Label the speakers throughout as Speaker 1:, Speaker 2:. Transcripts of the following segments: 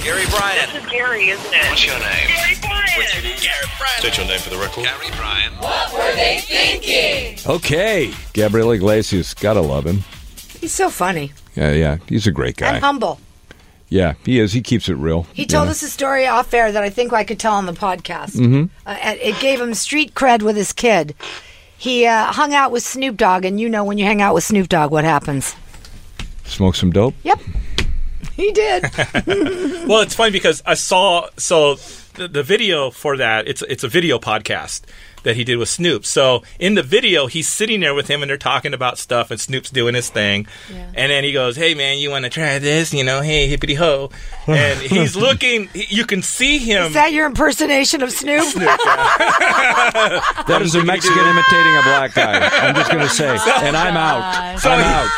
Speaker 1: Gary Bryan.
Speaker 2: This is Gary, isn't it?
Speaker 1: What's your name?
Speaker 2: Gary Bryan.
Speaker 1: Gary Bryan.
Speaker 3: State your name for the record.
Speaker 1: Gary Bryan.
Speaker 4: Okay, Gabriel Iglesias, gotta love him.
Speaker 5: He's so funny
Speaker 4: Yeah, yeah, he's a great guy.
Speaker 5: and
Speaker 6: Uh-huh.
Speaker 5: humble.
Speaker 4: yeah, he is. He keeps it real.
Speaker 5: He told
Speaker 4: Yeah.
Speaker 5: us a story off air that I think I could tell on the podcast. Mm-hmm. Uh, and it gave him street cred with his kid. He uh, hung out with Snoop Dogg, and you know when you hang out with Snoop Dogg, what happens?
Speaker 4: smoke some dope.
Speaker 5: Yep, he did.
Speaker 6: Well, it's funny because I saw so the, the video for that. It's it's a video podcast that he did with Snoop. So in the video, he's sitting there with him and they're talking about stuff, and Snoop's doing his thing, and then he goes, "Hey man, you want to try this? You know, hey hippity ho," and he's looking. he- You can see him.
Speaker 5: Is that your impersonation of Snoop?
Speaker 4: That is a Mexican imitating a black guy. I'm just gonna say,
Speaker 6: Oh,
Speaker 4: and I'm out. I'm out.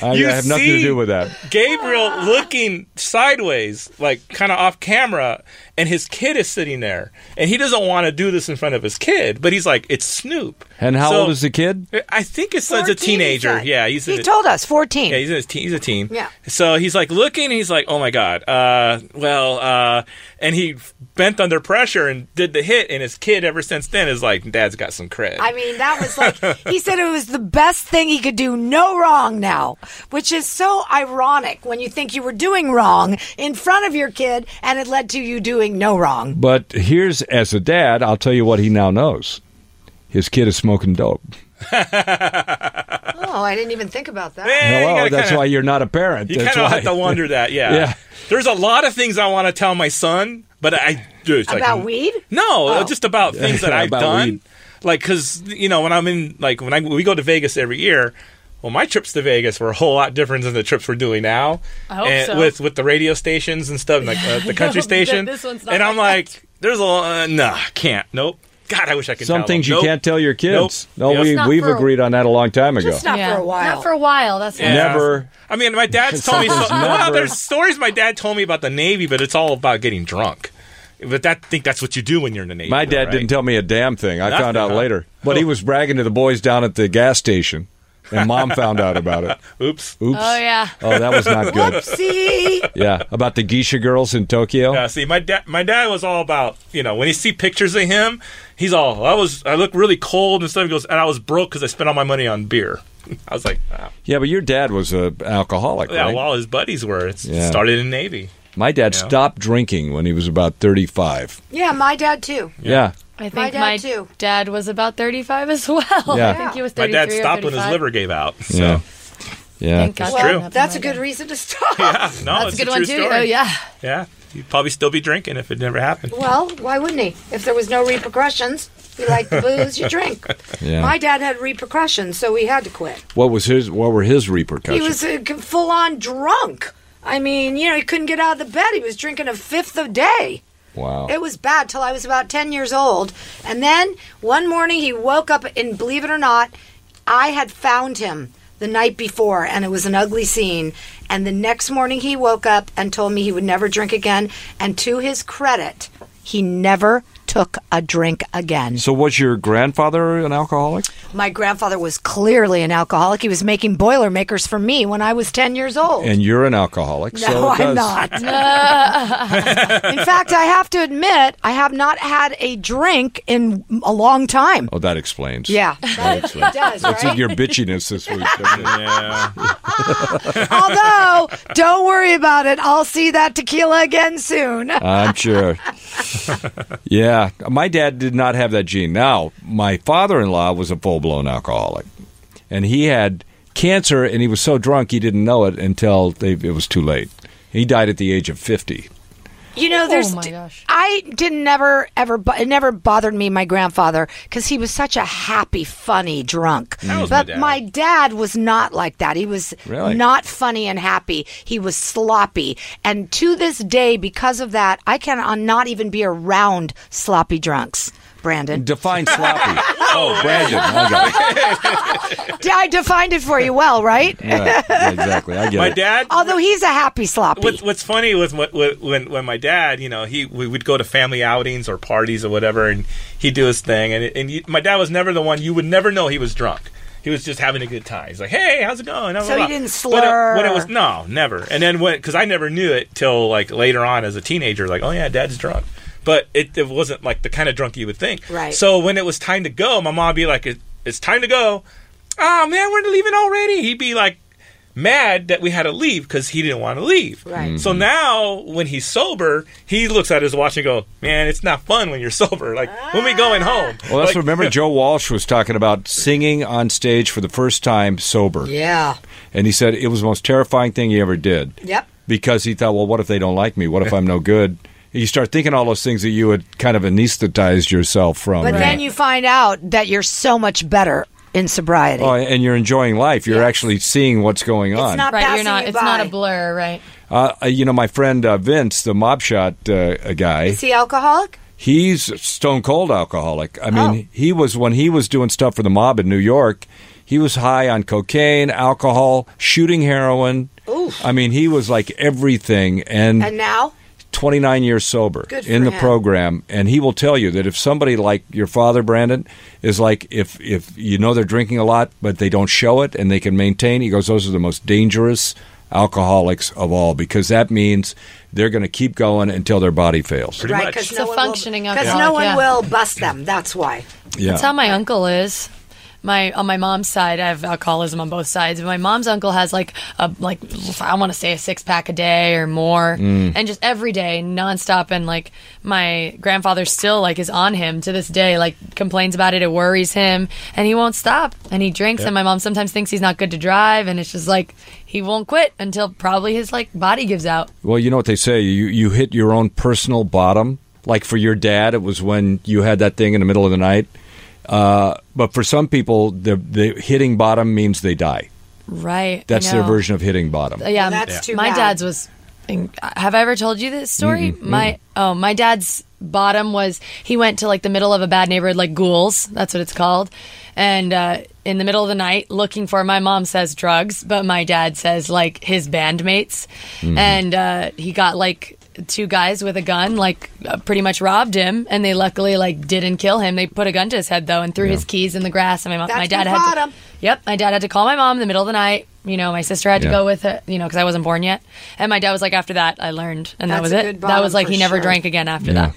Speaker 4: I,
Speaker 6: You
Speaker 4: I have nothing to
Speaker 6: see-
Speaker 4: do with that.
Speaker 6: Gabriel looking sideways, like kind of off camera, and his kid is sitting there, and he doesn't want to do this in front of his kid, but he's like, "It's Snoop."
Speaker 4: And how
Speaker 6: So-
Speaker 4: old is the kid?
Speaker 6: I think his son's a
Speaker 5: 14, he
Speaker 6: teenager.
Speaker 5: said.
Speaker 6: Yeah, he's in
Speaker 5: he
Speaker 6: his-
Speaker 5: told us fourteen.
Speaker 6: Yeah, he's in his teen, he's a teen.
Speaker 5: Yeah.
Speaker 6: So he's like looking, and he's like, "Oh my god!" Uh, well, uh, and he bent under pressure and did the hit, and his kid ever since then is like, "Dad's got some cred."
Speaker 5: I mean, that was like he said it was the best thing he could do, no wrong now, which is so ironic when you think you were doing wrong in front of your kid and it led to you doing no wrong.
Speaker 4: But here's, as a dad, I'll tell you what he now knows. His kid is smoking dope.
Speaker 5: Oh, I didn't even think about that.
Speaker 6: Eh, you
Speaker 4: Hello,
Speaker 6: gotta
Speaker 4: that's
Speaker 6: kinda-
Speaker 4: why you're not a parent.
Speaker 6: You
Speaker 4: that's
Speaker 6: kind of
Speaker 4: why.
Speaker 6: have to wonder that. Yeah.
Speaker 4: Yeah.
Speaker 6: There's a lot of things I want to tell my son, but I do. It's
Speaker 5: About
Speaker 6: like,
Speaker 5: weed?
Speaker 6: No, uh, just about things that I've
Speaker 4: Oh. About
Speaker 6: done.
Speaker 4: weed.
Speaker 6: Like, because you know, when I'm in, like, when I we go to Vegas every year. Well, my trips to Vegas were a whole lot different than the trips we're doing now. I
Speaker 7: hope
Speaker 6: and
Speaker 7: so.
Speaker 6: With with the radio stations and stuff, like uh, the country
Speaker 7: hope that
Speaker 6: station.
Speaker 7: this one's not
Speaker 6: and I'm
Speaker 7: like
Speaker 6: like, there's a uh, nah, can't. Nope. God, I wish I could.
Speaker 4: Some
Speaker 6: tell
Speaker 4: things
Speaker 6: them.
Speaker 4: you
Speaker 6: Nope.
Speaker 4: can't tell your kids. No,
Speaker 6: Nope. Yep.
Speaker 4: we,
Speaker 7: Not
Speaker 4: we've
Speaker 7: for-
Speaker 4: agreed on that a long time ago.
Speaker 5: Just not
Speaker 7: Yeah.
Speaker 5: for a while.
Speaker 7: Not for a while. That's
Speaker 6: Yeah.
Speaker 4: Never.
Speaker 6: I mean, my dad's told me. So,
Speaker 4: Something's
Speaker 6: well,
Speaker 4: never-
Speaker 6: there's stories my dad told me about the Navy, but it's all about getting drunk. But that I think that's what you do when you're in the Navy.
Speaker 4: My dad
Speaker 6: right?
Speaker 4: didn't tell me a damn thing. I
Speaker 6: Nothing,
Speaker 4: found out
Speaker 6: huh? Oh.
Speaker 4: later. But he was bragging to the boys down at the gas station, and mom found out about it.
Speaker 6: Oops.
Speaker 4: Oops.
Speaker 7: Oh yeah.
Speaker 4: Oh, that was not good.
Speaker 5: Whoopsie.
Speaker 4: yeah, about the geisha girls in Tokyo.
Speaker 6: Uh, see, my dad, my dad was all about you know when you see pictures of him, he's all I was I look really cold and stuff. He goes and I was broke because I spent all my money on beer. I was like, wow.
Speaker 4: Yeah, but your dad was a alcoholic,
Speaker 6: yeah,
Speaker 4: right?
Speaker 6: well, all his buddies were. It's, It
Speaker 4: Yeah.
Speaker 6: started in Navy.
Speaker 4: My dad stopped drinking when he was about 35.
Speaker 5: Yeah, my dad too.
Speaker 4: Yeah.
Speaker 7: I think
Speaker 5: My
Speaker 7: my
Speaker 5: dad,
Speaker 7: dad,
Speaker 5: too.
Speaker 7: was about 35 as well.
Speaker 4: Yeah.
Speaker 7: I think he was
Speaker 6: My
Speaker 7: 33
Speaker 6: dad
Speaker 7: or
Speaker 6: stopped when his
Speaker 7: 35.
Speaker 6: liver gave out. So
Speaker 4: Yeah. Yeah.
Speaker 7: Thank God.
Speaker 5: well,
Speaker 6: true.
Speaker 5: that's a good reason to stop.
Speaker 6: no, it's
Speaker 7: That's a good
Speaker 6: true
Speaker 7: one too.
Speaker 6: Story.
Speaker 7: Oh yeah.
Speaker 6: yeah. He'd probably still be drinking if it never happened.
Speaker 5: Well, why wouldn't he? If there was no repercussions, you like the booze, you drink.
Speaker 4: Yeah.
Speaker 5: My dad had repercussions, so he had to quit.
Speaker 4: What was his what were his repercussions?
Speaker 5: He was uh, full on drunk. I mean, you know, he couldn't get out of the bed. He was drinking a fifth a day.
Speaker 4: wow.
Speaker 5: It was bad till I was about 10 years old. And then one morning he woke up, and believe it or not, I had found him the night before, and it was an ugly scene. And the next morning he woke up and told me he would never drink again. And to his credit, he never took a drink again.
Speaker 4: so was your grandfather an alcoholic?
Speaker 5: My grandfather was clearly an alcoholic. He was making Boilermakers for me when I was 10 years old.
Speaker 4: And you're an alcoholic.
Speaker 5: No,
Speaker 4: so it
Speaker 5: I'm
Speaker 4: does-
Speaker 5: not. in fact, I have to admit, I have not had a drink in a long time.
Speaker 4: Oh, that explains.
Speaker 5: Yeah, that,
Speaker 4: That's right.
Speaker 5: it does,
Speaker 4: That's
Speaker 5: right?
Speaker 4: your bitchiness this week. doesn't it?
Speaker 6: Yeah.
Speaker 5: Although, don't worry about it. I'll see that tequila again soon.
Speaker 4: I'm sure. yeah, my dad did not have that gene. Now, my father-in-law was a full-blown alcoholic, and he had cancer, and he was so drunk he didn't know it until they, it was too late. He died at the age of fifty.
Speaker 5: You know, there's.
Speaker 7: Oh my gosh.
Speaker 5: I didn't never ever. bo- It never bothered me. My grandfather, because he was such a happy, funny drunk.
Speaker 6: was my
Speaker 5: but
Speaker 6: dad.
Speaker 5: dad was not like that. He was
Speaker 4: Really?
Speaker 5: not funny and happy. He was sloppy, and to this day, because of that, I cannot not even be around sloppy drunks. Brandon,
Speaker 4: Define sloppy. oh, Brandon. I got it.
Speaker 5: I defined it for you well, right?
Speaker 4: Yeah, yeah, exactly. I get
Speaker 6: My
Speaker 4: it.
Speaker 6: dad
Speaker 5: Although he's a happy sloppy.
Speaker 6: What's, what's funny was what, what, when when my dad, you know, he we would go to family outings or parties or whatever, and he'd do his thing, and and you, my dad was never the one you would never know he was drunk. He was just having a good time. He's like, "Hey, how's it going?"
Speaker 5: So he didn't
Speaker 6: But, uh,
Speaker 5: slur.
Speaker 6: when it was no, never. And then when because I never knew it till like later on as a teenager. Like, oh yeah, dad's drunk. But it, it wasn't like the kind of drunk you would think.
Speaker 5: Right.
Speaker 6: So when it was time to go, my mom would be like, "It- "It's time to go." Oh man, we're leaving already. He'd be like mad that we had to leave because he didn't want to leave.
Speaker 5: Right.
Speaker 6: So
Speaker 4: Mm-hmm.
Speaker 6: now when he's sober, he looks at his watch and go, "Man, it's not fun when you're sober. Like when we going home."
Speaker 4: Well, that's
Speaker 6: Like,
Speaker 4: remember Joe Walsh was talking about singing on stage for the first time sober.
Speaker 5: Yeah.
Speaker 4: And he said it was the most terrifying thing he ever did.
Speaker 5: Yep.
Speaker 4: Because he thought, well, what if they don't like me? What if I'm no good? You start thinking all those things that you had kind of anesthetized yourself from.
Speaker 5: But
Speaker 4: you
Speaker 5: then
Speaker 4: know.
Speaker 5: you find out that you're so much better in sobriety.
Speaker 4: Oh, and you're enjoying life. You're actually seeing what's going on.
Speaker 5: not-
Speaker 7: Right, you're
Speaker 5: passing
Speaker 7: not.
Speaker 5: you
Speaker 7: It's not
Speaker 5: by.
Speaker 7: a blur, right?
Speaker 4: Uh, uh, you know, my friend uh, Vince, the mob shot uh, guy,
Speaker 5: Is he alcoholic?
Speaker 4: he's a stone cold alcoholic. I
Speaker 5: Oh.
Speaker 4: mean, he was when he was doing stuff for the mob in New York, he was high on cocaine, alcohol, shooting heroin.
Speaker 5: Oof.
Speaker 4: I mean, he was like everything and,
Speaker 5: And now?
Speaker 4: 29 years sober
Speaker 5: Good for
Speaker 4: in the
Speaker 5: him.
Speaker 4: program and he will tell you that if somebody like your father Brandon is like if if you know they're drinking a lot but they don't show it and they can maintain he goes those are the most dangerous alcoholics of all because that means they're going to keep going until their body fails.
Speaker 6: Pretty
Speaker 5: Right,
Speaker 6: much.
Speaker 5: because
Speaker 6: It's
Speaker 7: a
Speaker 5: no, one
Speaker 7: functioning
Speaker 5: will, 'cause
Speaker 7: alcoholic,
Speaker 5: no one
Speaker 7: yeah.
Speaker 5: will bust them. That's why.
Speaker 4: Yeah.
Speaker 7: That's how my uncle is. My on my mom's side, I have alcoholism on both sides. But my mom's uncle has like a like I want to say a six pack a day or more,
Speaker 4: Mm.
Speaker 7: and just every day nonstop. And like my grandfather still like is on him to this day. Like complains about it, it worries him, and he won't stop. And he drinks. And my mom sometimes thinks he's not good to drive, and it's just like he won't quit until probably his like body gives out.
Speaker 4: Well, you know what they say. You you hit your own personal bottom. Like for your dad, it was when you had that thing in the middle of the night. Uh, but for some people, the, the hitting bottom means they die.
Speaker 7: Right. I
Speaker 4: That's their
Speaker 7: know.
Speaker 4: version of hitting bottom.
Speaker 7: Uh, yeah,
Speaker 5: Well, that's Yeah. too
Speaker 7: my
Speaker 5: bad.
Speaker 7: dad's was. Have I ever told you this story? My oh, my dad's bottom was he went to like the middle of a bad neighborhood, like Ghouls. That's what it's called. And uh, in the middle of the night, looking for my mom says drugs, but my dad says like his bandmates, and uh, he got like two guys with a gun like uh, pretty much robbed him and they luckily like didn't kill him they put a gun to his head though and threw his keys in the grass and my, mom,
Speaker 5: That's
Speaker 7: my dad
Speaker 5: good
Speaker 7: had to-
Speaker 5: bottom.
Speaker 7: Yep, my dad had to call my mom in the middle of the night. You know, my sister had to
Speaker 4: Yeah.
Speaker 7: go with her, you know, because I wasn't born yet. And my dad was like, after that, I learned. And that
Speaker 5: That's
Speaker 7: was
Speaker 5: a
Speaker 7: it.
Speaker 5: good
Speaker 7: That
Speaker 5: bottom
Speaker 7: was like,
Speaker 5: for
Speaker 7: he never
Speaker 5: sure.
Speaker 7: drank again after that.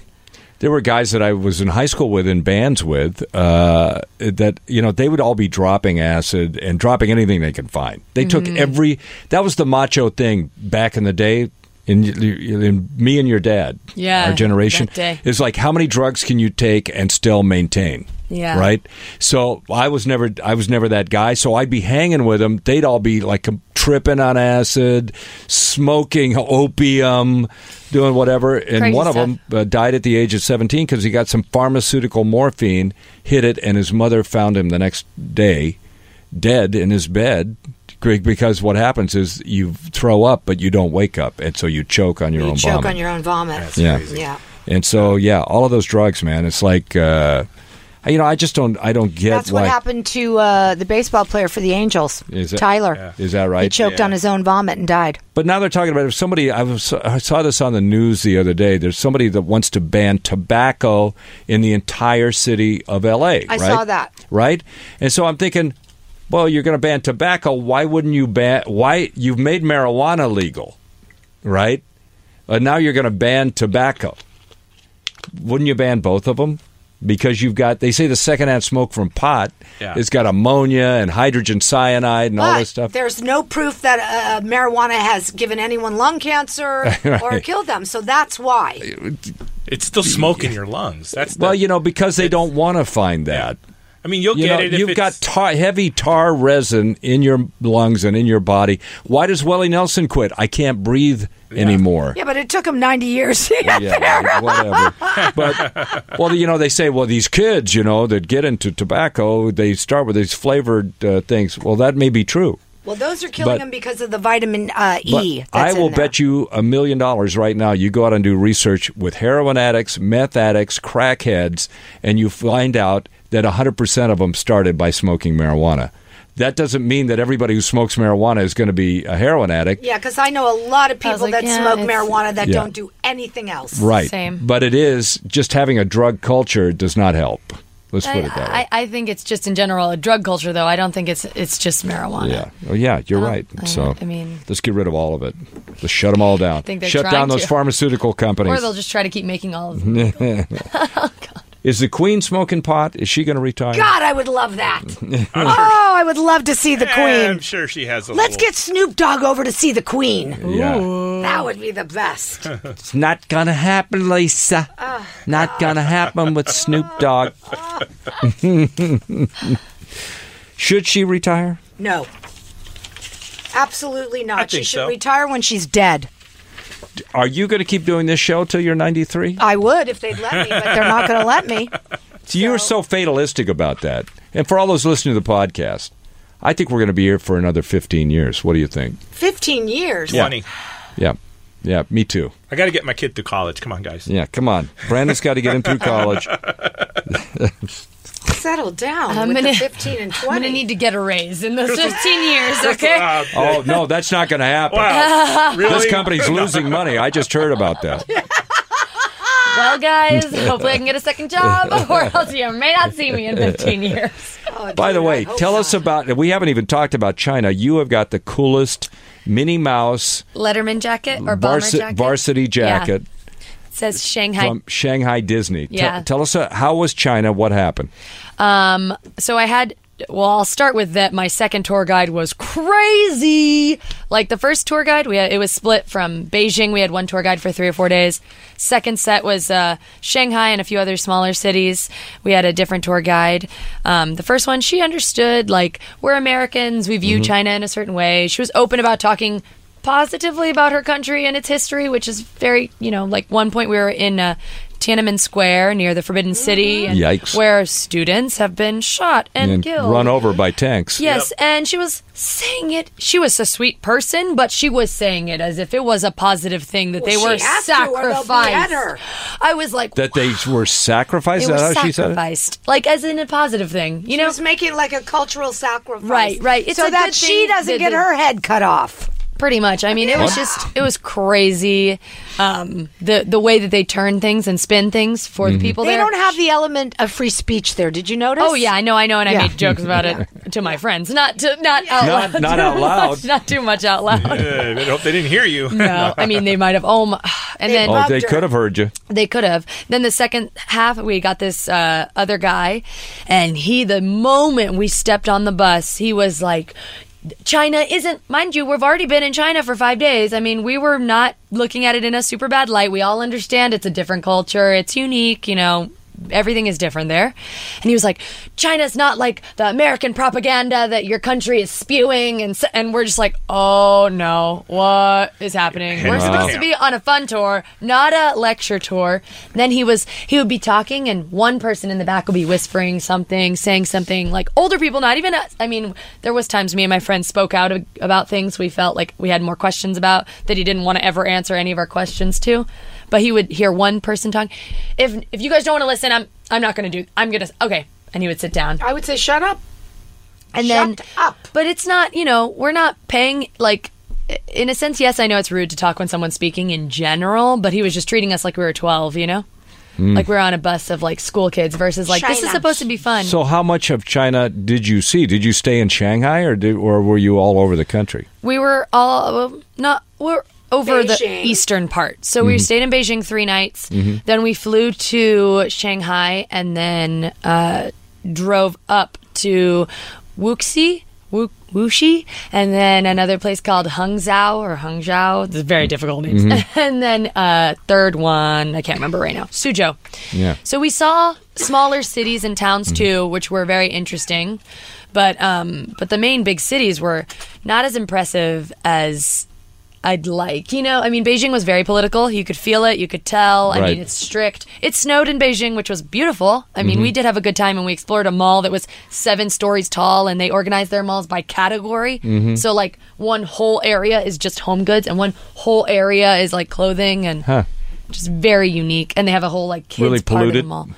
Speaker 4: There were guys that I was in high school with in bands with uh, that you know they would all be dropping acid and dropping anything they could find. They took
Speaker 7: Mm-hmm.
Speaker 4: every that was the macho thing back in the day. In, in me and your dad,
Speaker 7: Yeah,
Speaker 4: our generation
Speaker 7: that day.
Speaker 4: is like how many drugs can you take and still maintain?
Speaker 7: Yeah.
Speaker 4: right. So I was never I was never that guy. So I'd be hanging with them. They'd all be like com- tripping on acid, smoking opium, doing whatever. And
Speaker 7: Crazy
Speaker 4: one of
Speaker 7: stuff.
Speaker 4: them uh, died at the age of 17 because he got some pharmaceutical morphine, hit it, and his mother found him the next day dead in his bed. Greg, Because what happens is you throw up, but you don't wake up, and so you choke on your
Speaker 5: You
Speaker 4: own
Speaker 5: choke
Speaker 4: vomit.
Speaker 5: on your own vomit.
Speaker 4: yeah,
Speaker 5: Yeah.
Speaker 4: and so yeah, all of those drugs, man. It's like, uh, you know, I just don't, I don't get
Speaker 5: That's
Speaker 4: why.
Speaker 5: what happened to uh, the baseball player for the Angels,
Speaker 4: Is it-
Speaker 5: Tyler.
Speaker 4: Is that
Speaker 5: He
Speaker 4: right?
Speaker 5: choked on his own vomit and died.
Speaker 4: But now they're talking about if somebody I, was, I saw this on the news the other day. There's somebody that wants to ban tobacco in the entire city of L.A.
Speaker 5: I
Speaker 4: right?
Speaker 5: saw that.
Speaker 4: Right, and so I'm thinking, well, you're going to ban tobacco. Why wouldn't you ban? Why you've made marijuana legal, right? Uh, now you're going to ban tobacco. Wouldn't you ban both of them? Because you've got, they say the secondhand smoke from pot,
Speaker 6: Yeah.
Speaker 4: it's got ammonia and hydrogen cyanide and all
Speaker 5: But
Speaker 4: this stuff.
Speaker 5: there's no proof that uh, marijuana has given anyone lung cancer or killed them. So that's why.
Speaker 6: It's still smoke in your lungs. That's the,
Speaker 4: Well, you know, because they don't want to find that.
Speaker 6: I mean, you'll
Speaker 4: You
Speaker 6: get
Speaker 4: know,
Speaker 6: it. If
Speaker 4: you've got
Speaker 6: it's-
Speaker 4: tar, heavy tar resin in your lungs and in your body. Why does Willie Nelson quit? I can't breathe anymore.
Speaker 5: Yeah, but it took him 90 years.
Speaker 4: Yeah, whatever. But well, you know, they say, well, these kids, you know, that get into tobacco, they start with these flavored uh, things. Well, that may be true.
Speaker 5: well, those are killing
Speaker 4: But-
Speaker 5: them because of the vitamin uh,
Speaker 4: But
Speaker 5: E.
Speaker 4: I will bet you a million dollars right now. You go out and do research with heroin addicts, meth addicts, crackheads, and you find out that 100% of them started by smoking marijuana. That doesn't mean that everybody who smokes marijuana is going to be a heroin addict.
Speaker 5: Yeah, because I know a lot of
Speaker 7: I was
Speaker 5: people
Speaker 7: like,
Speaker 5: that
Speaker 7: yeah,
Speaker 5: smoke
Speaker 7: it's-
Speaker 5: marijuana that
Speaker 4: Yeah.
Speaker 5: don't do anything else.
Speaker 4: Right.
Speaker 7: Same.
Speaker 4: But it is just having a drug culture does not help. Let's put it that way.
Speaker 7: I, I think it's just in general a drug culture, though. I don't think it's it's just marijuana.
Speaker 4: Yeah. Oh, yeah. You're
Speaker 7: don't-
Speaker 4: right.
Speaker 7: I don't-
Speaker 4: so
Speaker 7: I mean-
Speaker 4: let's get rid of all of it. Let's shut them all down.
Speaker 7: think they're
Speaker 4: shut down
Speaker 7: trying
Speaker 4: those
Speaker 7: to.
Speaker 4: pharmaceutical
Speaker 7: Or
Speaker 4: companies.
Speaker 7: they'll just try to keep making all of
Speaker 4: Mm-hmm.
Speaker 7: them.
Speaker 4: Is the Queen smoking pot? Is she going to retire?
Speaker 5: God, I would love that. oh, I would love to see the
Speaker 6: Eh, I'm
Speaker 5: Queen.
Speaker 6: sure she has a
Speaker 5: Let's
Speaker 6: little-
Speaker 5: get Snoop Dogg over to see the Queen.
Speaker 4: Yeah.
Speaker 5: That would be the best.
Speaker 4: It's not going to happen, Lisa. not going to happen with Snoop Dogg. Should she retire?
Speaker 5: No. Absolutely not.
Speaker 6: I
Speaker 5: she
Speaker 6: think
Speaker 5: should
Speaker 6: so.
Speaker 5: retire when she's dead.
Speaker 4: Are you going to keep doing this show till you're 93?
Speaker 5: I would if they'd let me, but they're not going to let me.
Speaker 4: You're so fatalistic about that. And for all those listening to the podcast, I think we're going to be here for another 15 years. What do you think?
Speaker 5: 15 years.
Speaker 6: Funny.
Speaker 4: Yeah. Yeah, me too.
Speaker 6: I got to get my kid through college. Come on, guys.
Speaker 4: Yeah, come on. Brandon's got to get him through college.
Speaker 5: Settle down
Speaker 7: I'm
Speaker 5: with
Speaker 7: gonna-
Speaker 5: the 15 and 20.
Speaker 7: I'm gonna need to get a raise in those 15 years, okay?
Speaker 6: Wow.
Speaker 4: Oh, no, that's not going to happen.
Speaker 6: Uh, Wow. really?
Speaker 4: This company's losing money. I just heard about that.
Speaker 7: Well, guys, hopefully I can get a second job, or else you may not see me in 15 years.
Speaker 5: Oh,
Speaker 4: By the
Speaker 5: dude, I
Speaker 4: way,
Speaker 5: hope
Speaker 4: tell
Speaker 5: not.
Speaker 4: us about. We haven't even talked about China. You have got the coolest Minnie Mouse
Speaker 7: Letterman jacket or bomber
Speaker 4: varsi-
Speaker 7: jacket?
Speaker 4: varsity jacket
Speaker 7: Yeah. It says Shanghai
Speaker 4: from Shanghai Disney. Tell-
Speaker 7: Yeah.
Speaker 4: Tell, us uh, how was China? What happened?
Speaker 7: Um, so I had. Well, I'll start with that. My second tour guide was crazy. Like the first tour guide, we had, it was split from Beijing. We had one tour guide for three or four days. Second set was uh, Shanghai and a few other smaller cities. We had a different tour guide. Um, the first one, she understood like we're Americans. We view China in a certain way. She was open about talking positively about her country and its history, which is very, you know, like one point we were in uh, Tiananmen Square near the Forbidden City, and
Speaker 4: Yikes.
Speaker 7: where students have been shot and,
Speaker 4: And
Speaker 7: killed.
Speaker 4: run over by tanks.
Speaker 7: Yes, and she was saying it. She was a sweet person, but she was saying it as if it was a positive thing that they
Speaker 5: Well,
Speaker 7: were
Speaker 5: she has to, or they'll behead
Speaker 7: sacrificed.
Speaker 5: her.
Speaker 7: I was like,
Speaker 4: That they were sacrificed.
Speaker 7: they
Speaker 4: Is
Speaker 7: were
Speaker 4: that how she said it?
Speaker 7: sacrificed, like as in a positive thing, you know,
Speaker 5: Just make it like a cultural sacrifice.
Speaker 7: Right, right. It's
Speaker 5: so
Speaker 7: a
Speaker 5: that
Speaker 7: good
Speaker 5: she
Speaker 7: thing
Speaker 5: doesn't
Speaker 7: that
Speaker 5: get
Speaker 7: they-
Speaker 5: her head cut off.
Speaker 7: pretty much. I mean, it was just, it was crazy. Um, the the way that they turn things and spin things for
Speaker 4: Mm-hmm.
Speaker 7: the people
Speaker 5: They
Speaker 7: there.
Speaker 5: don't have the element of free speech there. Did you notice?
Speaker 7: Oh yeah, I know, I know, and
Speaker 5: Yeah.
Speaker 7: I made jokes about it to my friends, not to not
Speaker 4: Not-
Speaker 7: out loud,
Speaker 4: not out loud.
Speaker 7: not too much out loud.
Speaker 6: Yeah, Uh, I hope they didn't hear you.
Speaker 7: No, I mean they might have. Oh, my, and then
Speaker 4: Oh, they
Speaker 5: Loved her.
Speaker 4: could have heard you.
Speaker 7: they could have. Then the second half, we got this uh, other guy, and he, the moment we stepped on the bus, he was like, China isn't, mind you, we've already been in China for five days. I mean, we were not looking at it in a super bad light. We all understand it's a different culture, it's unique, you know. Everything is different there. And he was like, China's not like the American propaganda that your country is spewing. And, s- and we're just like, oh no, what is happening? We're
Speaker 6: Wow.
Speaker 7: supposed to be on a fun tour, not a lecture tour. Then he was he would be talking, and one person in the back would be whispering something, saying something like older people, not even us. I mean, there was times me and my friend spoke out ab- about things we felt like we had more questions about that he didn't want to ever answer any of our questions to. But he would hear one person talk. If if you guys don't want to listen, I'm I'm not going to do. I'm gonna okay. And he would sit down
Speaker 5: I would say shut up.
Speaker 7: and
Speaker 5: Shut
Speaker 7: then
Speaker 5: up.
Speaker 7: But it's not, you know, we're not paying like in a sense, yes, I know it's rude to talk when someone's speaking in general, but he was just treating us like we were 12, you know? Like we we're on a bus of like school kids versus like this is
Speaker 5: China.
Speaker 7: supposed to be fun.
Speaker 4: So, how much of China did you see? Did you stay in Shanghai, or did, or were you all over the country?
Speaker 7: we were all well, not we're over
Speaker 5: Beijing.
Speaker 7: the eastern part. So we stayed in Beijing 3 nights. Then we flew to Shanghai and then uh drove up to Wuxi Wu- Wuxi, and then another place called Hangzhou or Hangzhou. It's very difficult names. and then uh, third one, I can't remember right now. Suzhou.
Speaker 4: Yeah.
Speaker 7: So we saw smaller cities and towns too, which were very interesting. But um, but the main big cities were not as impressive as I'd like. You know, I mean, Beijing was very political. You could feel it. You could tell. I
Speaker 4: Right.
Speaker 7: mean, it's strict. It snowed in Beijing, which was beautiful. I
Speaker 4: Mm-hmm.
Speaker 7: mean, we did have a good time and we explored a mall that was seven stories tall and they organized their malls by category.
Speaker 4: Mm-hmm.
Speaker 7: So, like, one whole area is just home goods and one whole area is like clothing and just very unique. And they have a whole like kids
Speaker 4: Really
Speaker 7: part of the
Speaker 4: polluted?
Speaker 7: mall.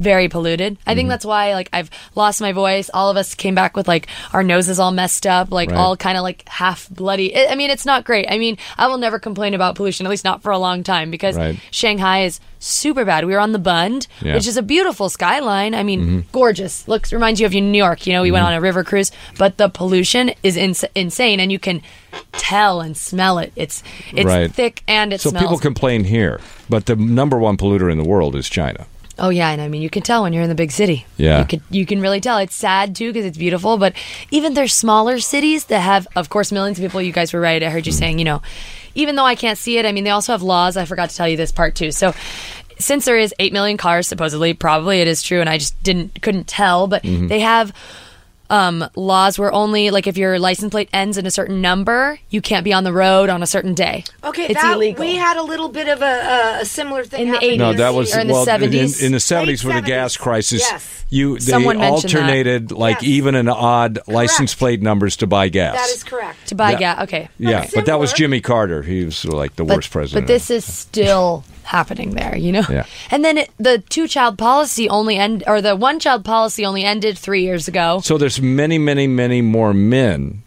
Speaker 7: very polluted. I
Speaker 4: Mm-hmm.
Speaker 7: think that's why like I've lost my voice. All of us came back with like our noses all messed up, like
Speaker 4: Right.
Speaker 7: all kind of like half bloody. I I mean, it's not great. I mean, I will never complain about pollution, at least not for a long time, because
Speaker 4: Right.
Speaker 7: Shanghai is super bad. We were on the Bund,
Speaker 4: Yeah. Mm-hmm.
Speaker 7: which is a beautiful skyline. I mean, gorgeous. Looks reminds you of New York. You know, we went on a river cruise, but the pollution is ins- insane, and you can tell and smell it. It's it's
Speaker 4: Right.
Speaker 7: thick and it
Speaker 4: So
Speaker 7: smells.
Speaker 4: people complain here, but the number one polluter in the world is China.
Speaker 7: Oh yeah, and I mean you can tell when you're in the big city.
Speaker 4: Yeah.
Speaker 7: you could you can really tell. It's sad too because it's beautiful, but even their smaller cities that have, of course, millions of people. You guys were right. I heard
Speaker 4: Mm.
Speaker 7: you saying, you know, even though I can't see it, I mean they also have laws. I forgot to tell you this part too. So. Since there is 8 million cars supposedly probably it is true and I just didn't couldn't tell but
Speaker 4: Mm-hmm.
Speaker 7: they have um, laws where only like if your license plate ends in a certain number you can't be on the road on a certain day.
Speaker 5: Okay,
Speaker 7: it's
Speaker 5: that,
Speaker 7: illegal.
Speaker 5: we had a little bit of a, a, a similar thing
Speaker 7: In the
Speaker 5: happen
Speaker 7: 80s.
Speaker 4: No,
Speaker 5: here.
Speaker 4: that was
Speaker 7: Or in the
Speaker 4: well in, in,
Speaker 7: 70s?
Speaker 4: in the seventies with the
Speaker 5: 70s.
Speaker 4: gas crisis.
Speaker 5: Yes.
Speaker 4: You they
Speaker 7: Someone mentioned that.
Speaker 4: alternated like
Speaker 5: Yes.
Speaker 4: even and odd license plate numbers to buy gas.
Speaker 5: That is correct.
Speaker 7: To buy
Speaker 4: Yeah.
Speaker 7: gas, okay.
Speaker 4: Yeah, but that was
Speaker 5: Similar.
Speaker 4: Jimmy Carter. He was like the worst president.
Speaker 7: But this is still happening there, you know.
Speaker 4: Yeah.
Speaker 7: And then it, the two-child policy only end, or the one-child policy only ended three years ago.
Speaker 4: so there's many, many, many more men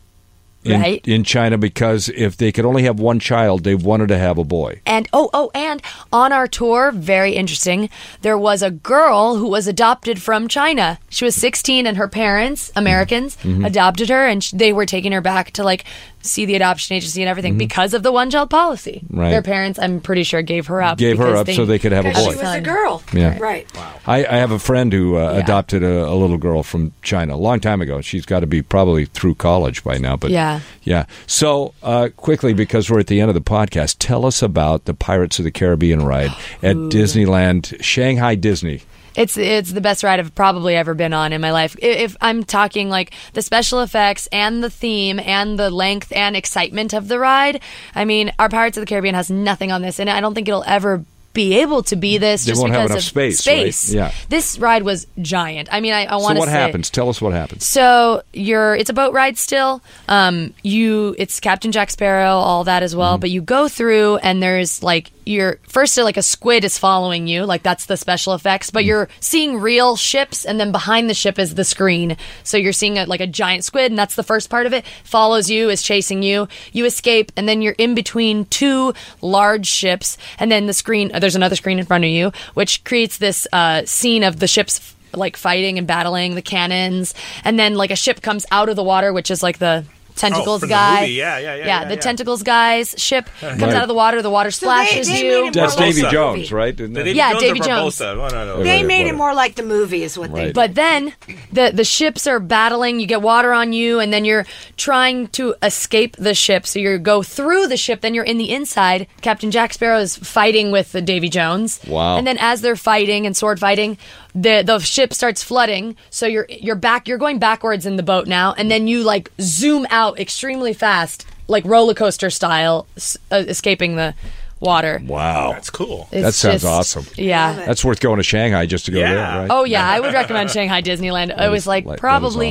Speaker 4: in,
Speaker 7: Right.
Speaker 4: in China because if they could only have one child, they wanted to have a boy.
Speaker 7: And oh, oh, and on our tour, very interesting, there was a girl who was adopted from China. She was 16 and her
Speaker 4: Mm-hmm.
Speaker 7: parents, Americans, adopted her and sh- they were taking her back to like see the adoption agency and everything because of the one child policy.
Speaker 4: Mm-hmm. Right.
Speaker 7: Their parents, I'm pretty sure, gave her up.
Speaker 4: Gave her
Speaker 7: because
Speaker 4: up so they could have a
Speaker 5: Because she
Speaker 4: boy.
Speaker 5: was a girl.
Speaker 4: Yeah.
Speaker 5: Right.
Speaker 4: I, I have a friend who uh, adopted a, a little girl from China a long time ago. She's got to be probably through college by now. But
Speaker 7: Yeah.
Speaker 4: yeah. So uh, quickly, because we're at the end of the podcast, tell us about the Pirates of the Caribbean ride at Disneyland, Shanghai Disney.
Speaker 7: It's it's the best ride I've probably ever been on in my life. I- If I'm talking like the special effects and the theme and the length and excitement of the ride, I mean, our Pirates of the Caribbean has nothing on this, and I don't think it'll ever be able to be this
Speaker 4: They
Speaker 7: just
Speaker 4: won't have
Speaker 7: because
Speaker 4: enough
Speaker 7: of
Speaker 4: space, right?
Speaker 7: space.
Speaker 4: Yeah.
Speaker 7: This ride was giant. I mean, I, I
Speaker 4: So
Speaker 7: want to
Speaker 4: what
Speaker 7: say
Speaker 4: happens? Tell us what happens.
Speaker 7: so you're it's a boat ride still. Um, you it's Captain Jack Sparrow, all that as well. But you go through and there's like you're first like a squid is following you, like that's the special effects. But you're seeing real ships, and then behind the ship is the screen. So you're seeing a, like a giant squid, and that's the first part of it. Follows you, is chasing you. You escape, and then you're in between two large ships, and then the screen. There's another screen in front of you, which creates this uh, scene of the ships like fighting and battling the cannons, and then like a ship comes out of the water, which is like the tentacles
Speaker 6: from Oh, the
Speaker 7: guy.
Speaker 6: movie. Yeah, yeah, yeah, yeah,
Speaker 7: the
Speaker 6: yeah.
Speaker 7: tentacles guy's ship comes
Speaker 4: Right.
Speaker 7: out of the water. The water splashes
Speaker 5: they
Speaker 7: you.
Speaker 5: made it
Speaker 4: That's
Speaker 5: Barbosa.
Speaker 4: Davy
Speaker 6: Barbosa.
Speaker 4: Jones, right? Isn't
Speaker 6: The
Speaker 4: it?
Speaker 6: Davy
Speaker 7: Yeah,
Speaker 6: Jones
Speaker 7: Davy
Speaker 6: or
Speaker 7: Jones.
Speaker 6: Barbosa? Oh, One or the other.
Speaker 5: They
Speaker 4: Right,
Speaker 5: made
Speaker 4: right.
Speaker 5: it more like the movie, is what they
Speaker 4: Right.
Speaker 5: did.
Speaker 7: But then the the ships are battling. You get water on you, and then you're trying to escape the ship. So you go through the ship. Then you're in the inside. Captain Jack Sparrow is fighting with the Davy Jones.
Speaker 4: Wow.
Speaker 7: And then as they're fighting and sword fighting, the the ship starts flooding. So you're you're back. You're going backwards in the boat now, and then you like zoom out extremely fast, like roller coaster style, s- uh, escaping the water.
Speaker 4: Wow.
Speaker 6: That's cool.
Speaker 7: It's
Speaker 4: That sounds awesome.
Speaker 7: Yeah.
Speaker 4: That's worth going to Shanghai just to go
Speaker 6: Yeah.
Speaker 4: there, right?
Speaker 7: Oh yeah, I would recommend Shanghai Disneyland. It
Speaker 4: is
Speaker 7: was like
Speaker 4: like- that is
Speaker 7: probably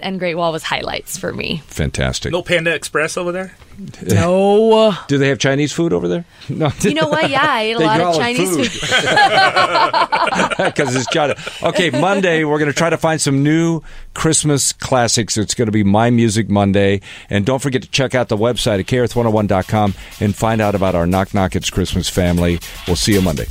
Speaker 4: awesome.
Speaker 7: and Great Wall was highlights for me.
Speaker 4: Fantastic.
Speaker 6: No Panda Express over there.
Speaker 7: No,
Speaker 4: Do they have Chinese food over there? No.
Speaker 7: you know what? Yeah, I ate a
Speaker 4: They
Speaker 7: lot
Speaker 4: call
Speaker 7: of
Speaker 4: it
Speaker 7: Chinese
Speaker 4: food.
Speaker 7: food.
Speaker 4: because it's China. Okay, Monday we're going to try to find some new Christmas classics. It's going to be My Music Monday, and don't forget to check out the oh website at krth101.com and find out about our Knock Knock It's Christmas family. We'll see you Monday.